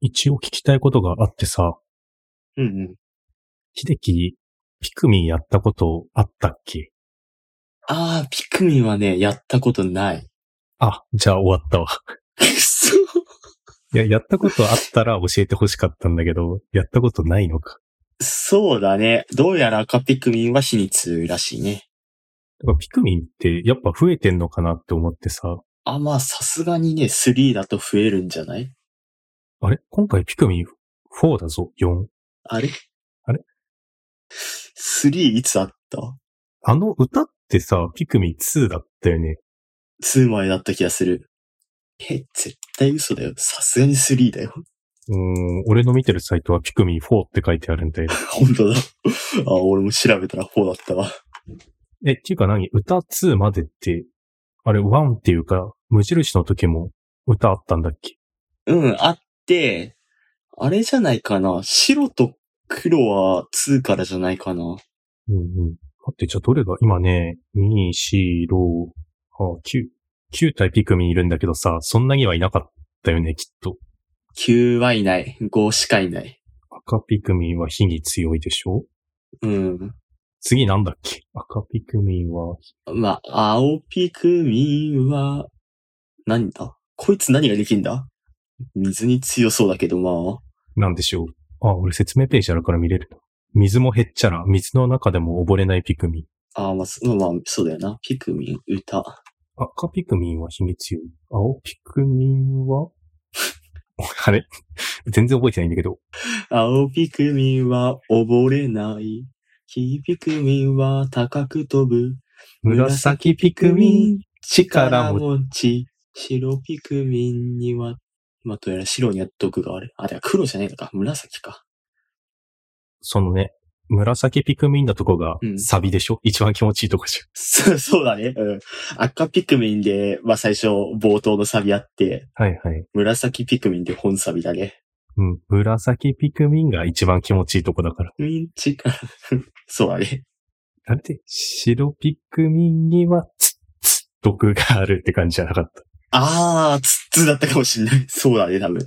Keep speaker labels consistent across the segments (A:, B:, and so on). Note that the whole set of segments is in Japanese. A: 一応聞きたいことがあってさ、
B: うんうん。
A: 秀樹、ピクミンやったことあったっけ
B: ああ、ピクミンはね、やったことない。
A: あ、じゃあ終わったわ。
B: くそ。
A: いや、やったことあったら教えてほしかったんだけど、やったことないのか。
B: そうだね。どうやら赤ピクミンは死に強いらしいね。
A: だからピクミンってやっぱ増えてんのかなって思ってさ。
B: あ、まあさすがにね、3だと増えるんじゃない
A: あれ今回ピクミン4だぞ、4。
B: あれ
A: あれ
B: ?3 いつあった
A: あの歌ってさ、ピクミン2だったよね。
B: 2枚だった気がする。え、絶対嘘だよ。さすがに3だよ。
A: うーん、俺の見てるサイトはピクミン4って書いてあるんだよ。
B: 本当だ。あ、俺も調べたら4だったわ。
A: え、っていうか何歌2までって、あれ1っていうか、無印の時も歌あったんだっけ
B: うん、あって、あれじゃないかな。白と黒は2からじゃないかな。うん
A: うん。待って、じゃあどれが今ね、2、4、6、8、9、9体ピクミンいるんだけどさ、そんなにはいなかったよね、きっと。
B: 9はいない。5しかいない。
A: 赤ピクミンは火に強いでしょ
B: うん。
A: 次なんだっけ赤ピクミンは。
B: まあ、青ピクミンは、何だこいつ何ができんだ水に強そうだけど
A: あ。
B: ま
A: なんでしょう。あ、俺説明ページあるから見れる。水もへっちゃら、水の中でも溺れないピクミン。
B: あ、まあ、まあ、そうだよな。ピクミン、歌。
A: 赤ピクミンは秘密強い。青ピクミンは あれ 全然覚えてないんだけど。
B: 青ピクミンは溺れない。黄ピクミンは高く飛ぶ。
A: 紫ピクミン、力
B: 持ち。白ピクミンには、まあ、どうやら白には毒がある。あ、では黒じゃないのか。紫か。
A: そのね、紫ピクミンのとこが、サビでしょ、うん、一番気持ちいいとこじゃん。
B: そう、 そうだね。うん。赤ピクミンで、まあ、最初、冒頭のサビあって。
A: はいはい。
B: 紫ピクミンで本サビだね。
A: うん。紫ピクミンが一番気持ちいいとこだから。
B: ミンチか。 そうだね。
A: あれで、白ピクミンには、つ、つ、毒があるって感じじゃなかった。
B: あー、つ、つだったかもしんない。そうだね、多分。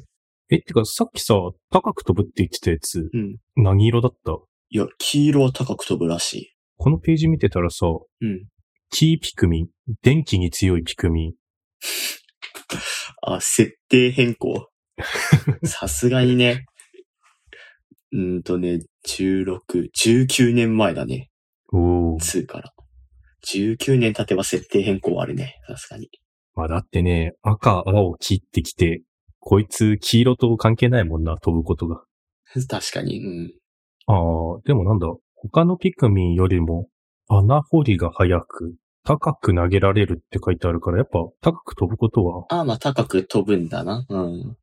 A: え、てか、さっきさ、高く飛ぶって言ってたやつ、
B: うん、
A: 何色だった
B: いや、黄色は高く飛ぶらしい。
A: このページ見てたらさ、
B: うん。
A: キーピクミン、電気に強いピクミン。
B: あ、設定変 更。さすがにね。うんとね、16、19年前だね。
A: お
B: 2から。19年経てば設定変更あるね。さすがに。
A: まあだってね、赤、青、黄ってきて、こいつ黄色と関係ないもんな、飛ぶことが。
B: 確かに、うん。
A: ああ、でもなんだ、他のピクミンよりも穴掘りが早く、高く投げられるって書いてあるから、やっぱ高く飛ぶことは。
B: ああ、まあ高く飛ぶんだな。うん。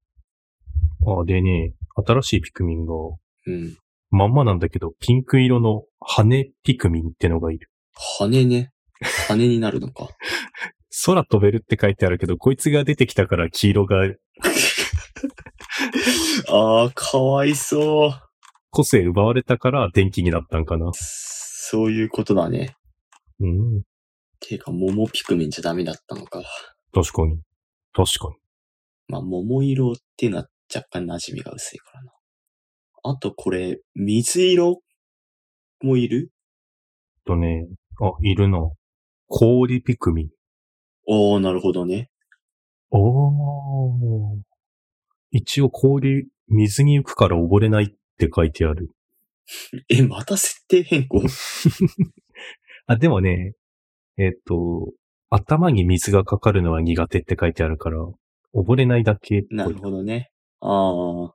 A: ああ、でね、新しいピクミンが、
B: うん。
A: まんまなんだけど、ピンク色の羽ピクミンってのがいる。
B: 羽ね。羽になるのか。
A: 空飛べるって書いてあるけど、こいつが出てきたから黄色が。
B: ああ、かわいそう。
A: 個性奪われたから電気になったんかな。
B: そういうことだね。
A: うん。
B: ていうか、桃ピクミンじゃダメだったのか。
A: 確かに。確かに。
B: まあ、桃色っていうのは若干馴染みが薄いからな。あとこれ、水色もいる
A: とね、あ、いるな。氷ピクミン。
B: おー、なるほどね。
A: おー。一応氷、水に浮くから溺れないって書いてある。
B: え、また設定変更
A: あ、でもね、えっ、ー、と、頭に水がかかるのは苦手って書いてあるから、溺れないだけ。
B: なるほどね。ああ。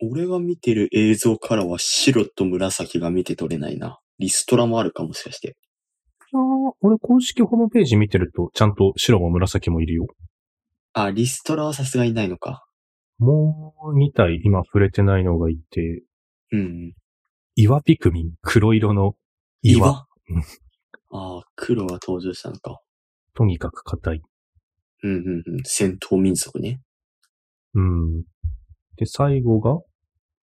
B: 俺が見てる映像からは白と紫が見て取れないな。リストラもあるかもしかして。
A: いや俺公式ホームページ見てると、ちゃんと白も紫もいるよ。
B: あ、リストラはさすがにないのか。
A: もう2体今触れてないのがいて。
B: うん。
A: 岩ピクミン、黒色の岩。
B: 岩ああ、黒が登場したのか。
A: とにかく硬い。
B: うんうんうん。戦闘民族ね。
A: うん。で、最後が、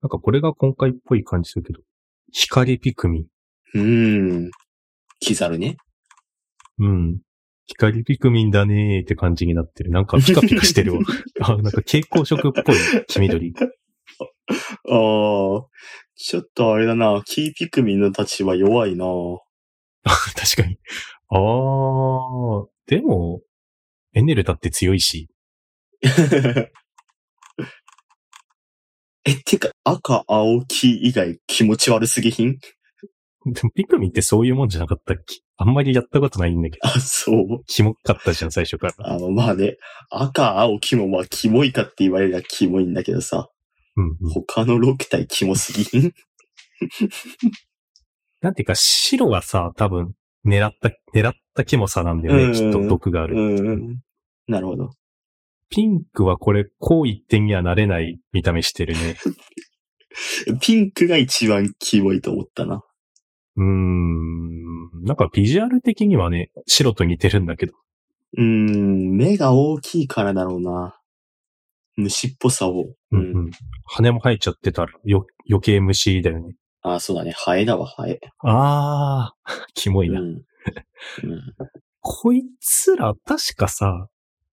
A: なんかこれが今回っぽい感じするけど、光ピクミン。
B: うーん。キザルね。
A: うん。光ピクミンだねーって感じになってる。なんかピカピカして るわ。あ、なんか蛍光色っぽい黄緑。
B: あー、ちょっとあれだな、キーピクミンの立場弱いな。
A: 確かに。あー、でも、エネルだって強いし。
B: え、てか、赤、青、黄以外気持ち悪すぎひん
A: でもピクミンってそういうもんじゃなかったっけあんまりやったことないんだけど。
B: あ、そう。
A: キモかったじゃん、最初から。
B: あの、まあね、赤、青、黄もまあ、キモいかって言われりゃキモいんだけどさ、
A: うん、うん。
B: 他の6体キモすぎひ ん
A: なんていうか、白はさ、多分、狙った、狙ったキモさなんだよね、
B: うん
A: きっと毒がある。
B: うん。なるほど。
A: ピンクはこれ、こう一点にはなれない見た目してる ね。
B: ピンクが一番キモいと思ったな。
A: うーん。なんかビジュアル的にはね、白と似てるんだけど。
B: うーん、目が大きいからだろうな。虫っぽさを。
A: うんうん。羽も生えちゃってたら、よ、余計虫だよね。
B: あ、そうだね。ハエだわ、ハエ。
A: あー、 キモ
B: う
A: い
B: ん。
A: な。
B: うん
A: こいつら、確かさ、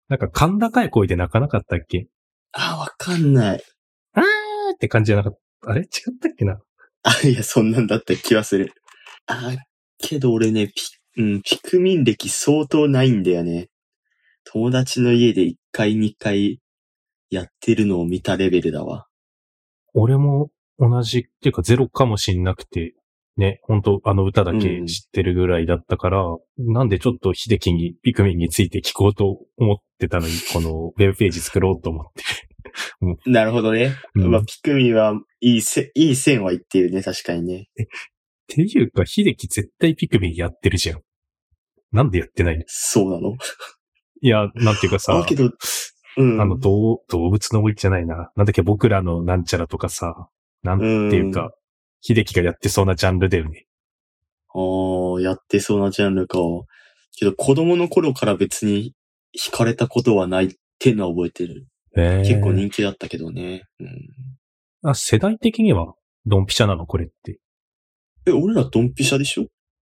A: なんか、甲高い声で泣かなかったっけ
B: あ、わかんない。
A: えーって感じじゃなかった。あれ違ったっけな
B: あ、いや、そんなんだった気はする。あ、けど俺ね、ピ,、うん、ピクミン歴相当ないんだよね。友達の家で1回2回やってるのを見たレベルだわ。
A: 俺も同じっていうかゼロかもしんなくて、ね、本当あの歌だけ知ってるぐらいだったから、なんでちょっと秀樹にピクミンについて聞こうと思ってたのに、このウェブページ作ろうと思って。
B: なるほどね。
A: うん
B: まあ、
A: っ
B: ピクミンはいいせ、いい線は言ってるね、確かにね。
A: ていうか、秀樹絶対ピクミンやってるじゃん。なんでやってないの
B: そうなの。
A: いや、なんていうか さ、
B: あ、けど、うん。
A: あの、動動物の森じゃないな。なんだっけ、僕らのなんちゃらとかさ、なんていうか、秀樹がやってそうなジャンルだよね。
B: ああ、やってそうなジャンルか。けど子供の頃から別に惹かれたことはないってのは覚えてる。
A: えー
B: 結構人気だったけどね。うん、
A: あ、世代的には、ドンピシャなの、これって。
B: え、俺らドンピシャでしょ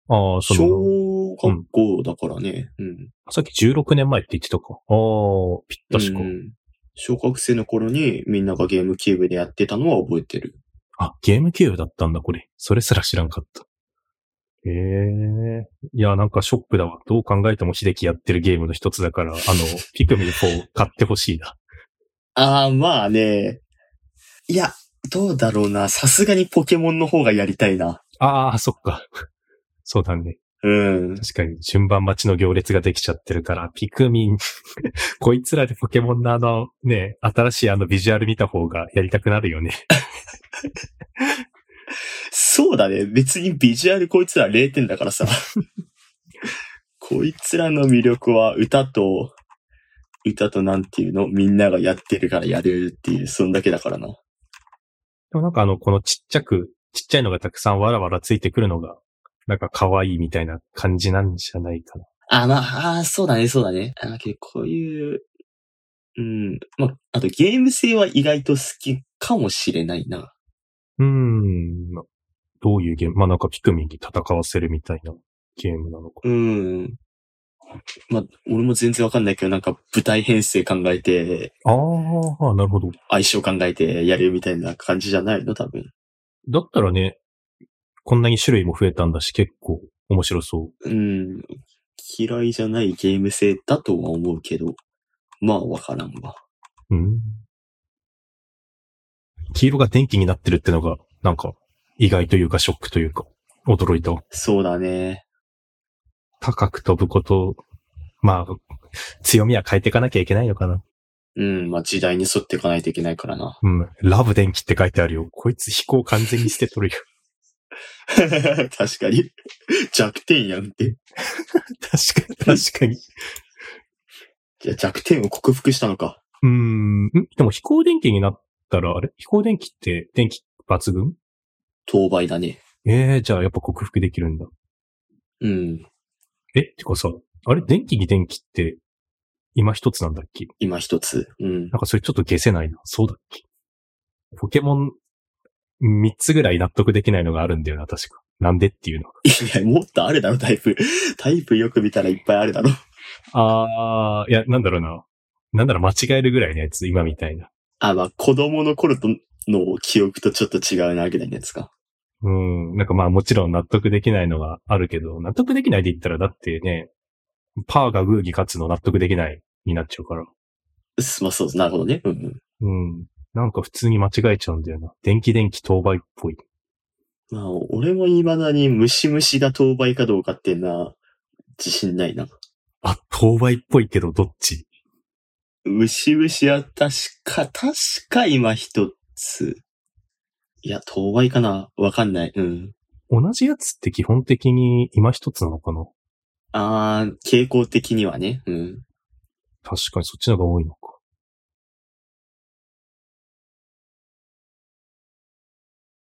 A: ああ、その、
B: 小学校だからね。うん。
A: さっき16年前って言ってたか。ああ、ぴったしか。
B: うん小学生の頃にみんながゲームキューブでやってたのは覚えてる。
A: あ、ゲームキューブだったんだ、これ。それすら知らんかった。ええいや、なんかショックだわ。どう考えても秀樹やってるゲームの一つだから、あの、ピクミン4買ってほしいな。
B: ああ、まあね。いや、どうだろうな。さすがにポケモンの方がやりたいな。
A: ああ、そっか。そうだね。
B: うん。
A: 確かに、順番待ちの行列ができちゃってるから、ピクミン、 こいつらでポケモンのあの、ね、新しいあのビジュアル見た方がやりたくなるよね。
B: そうだね。別にビジュアルこいつら0点だからさ。 こいつらの魅力は歌と、歌となんていうのみんながやってるからやるっていう、そんだけだからな。
A: でもなんかあの、このちっちゃく、ちっちゃいのがたくさんわらわらついてくるのが、なんか可愛いみたいな感じなんじゃないかな。
B: あ、まあ、あーそうだね、そうだね。あけどこういう、うん。まあ、あとゲーム性は意外と好きかもしれないな。
A: うーん。どういうゲームまあなんかピクミンに戦わせるみたいなゲームなのか。
B: うん。まあ、俺も全然わかんないけど、なんか舞台編成考えて、
A: ああ、なるほど。
B: 相性考えてやるみたいな感じじゃないの多分。
A: だったらね、こんなに種類も増えたんだし、結構面白そう。
B: うん、嫌いじゃないゲーム性だとは思うけど、まあわからんわ。
A: うん。黄色が電気になってるってのが、なんか、意外というかショックというか、驚いたわ。
B: そうだね。
A: 高く飛ぶこと、まあ、強みは変えていかなきゃいけないのかな。。
B: うん、まあ時代に沿っていかないといけないからな
A: うん。ラブ電気って書いてあるよ。こいつ飛行完全に捨てとるよ。
B: 確かに。弱点やんって。
A: 確かに、確かに。
B: じゃあ弱点を克服したのか。
A: うーん。んでも飛行電気になったら、あれ飛行電気って電気抜群
B: 当倍だね。
A: ええじゃあやっぱ克服できるんだ。
B: うん。
A: えってかさ、あれ電気に電気って、今一つなんだっけ
B: 今一つ。うん
A: な。んかそれちょっと消せないな。そうだっけポケモン、三つぐらい納得できないのがあるんだよな、確か。なんでっていうの。
B: いや、もっとあるだろ、タイプ。タイプよく見たらいっぱいあるだろ。
A: あー、いや、なんだろうな。なんだろう、間違えるぐらいのやつ、今みたいな。
B: あ、まあ、子供の頃との記憶とちょっと違うなわけないですか。
A: うん。なんかまあもちろん納得できないのがあるけど、納得できないで言ったらだってね、パーがグーに勝つの納得できないになっちゃうから。
B: すまあ、そう、なるほどね。うんうん。
A: うん。なんか普通に間違えちゃうんだよな。電気電気当倍っぽい。
B: まあ、俺も未だにムシムシが当倍かどうかっていうのは自信ないな。
A: あ、当倍っぽいけどどっち
B: ムシムシは確か、確か今一つ。いや、当倍かなわかんない。うん。
A: 同じやつって基本的に今一つなのかな
B: あー、傾向的にはね。うん。
A: 確かにそっちの方が多いのか。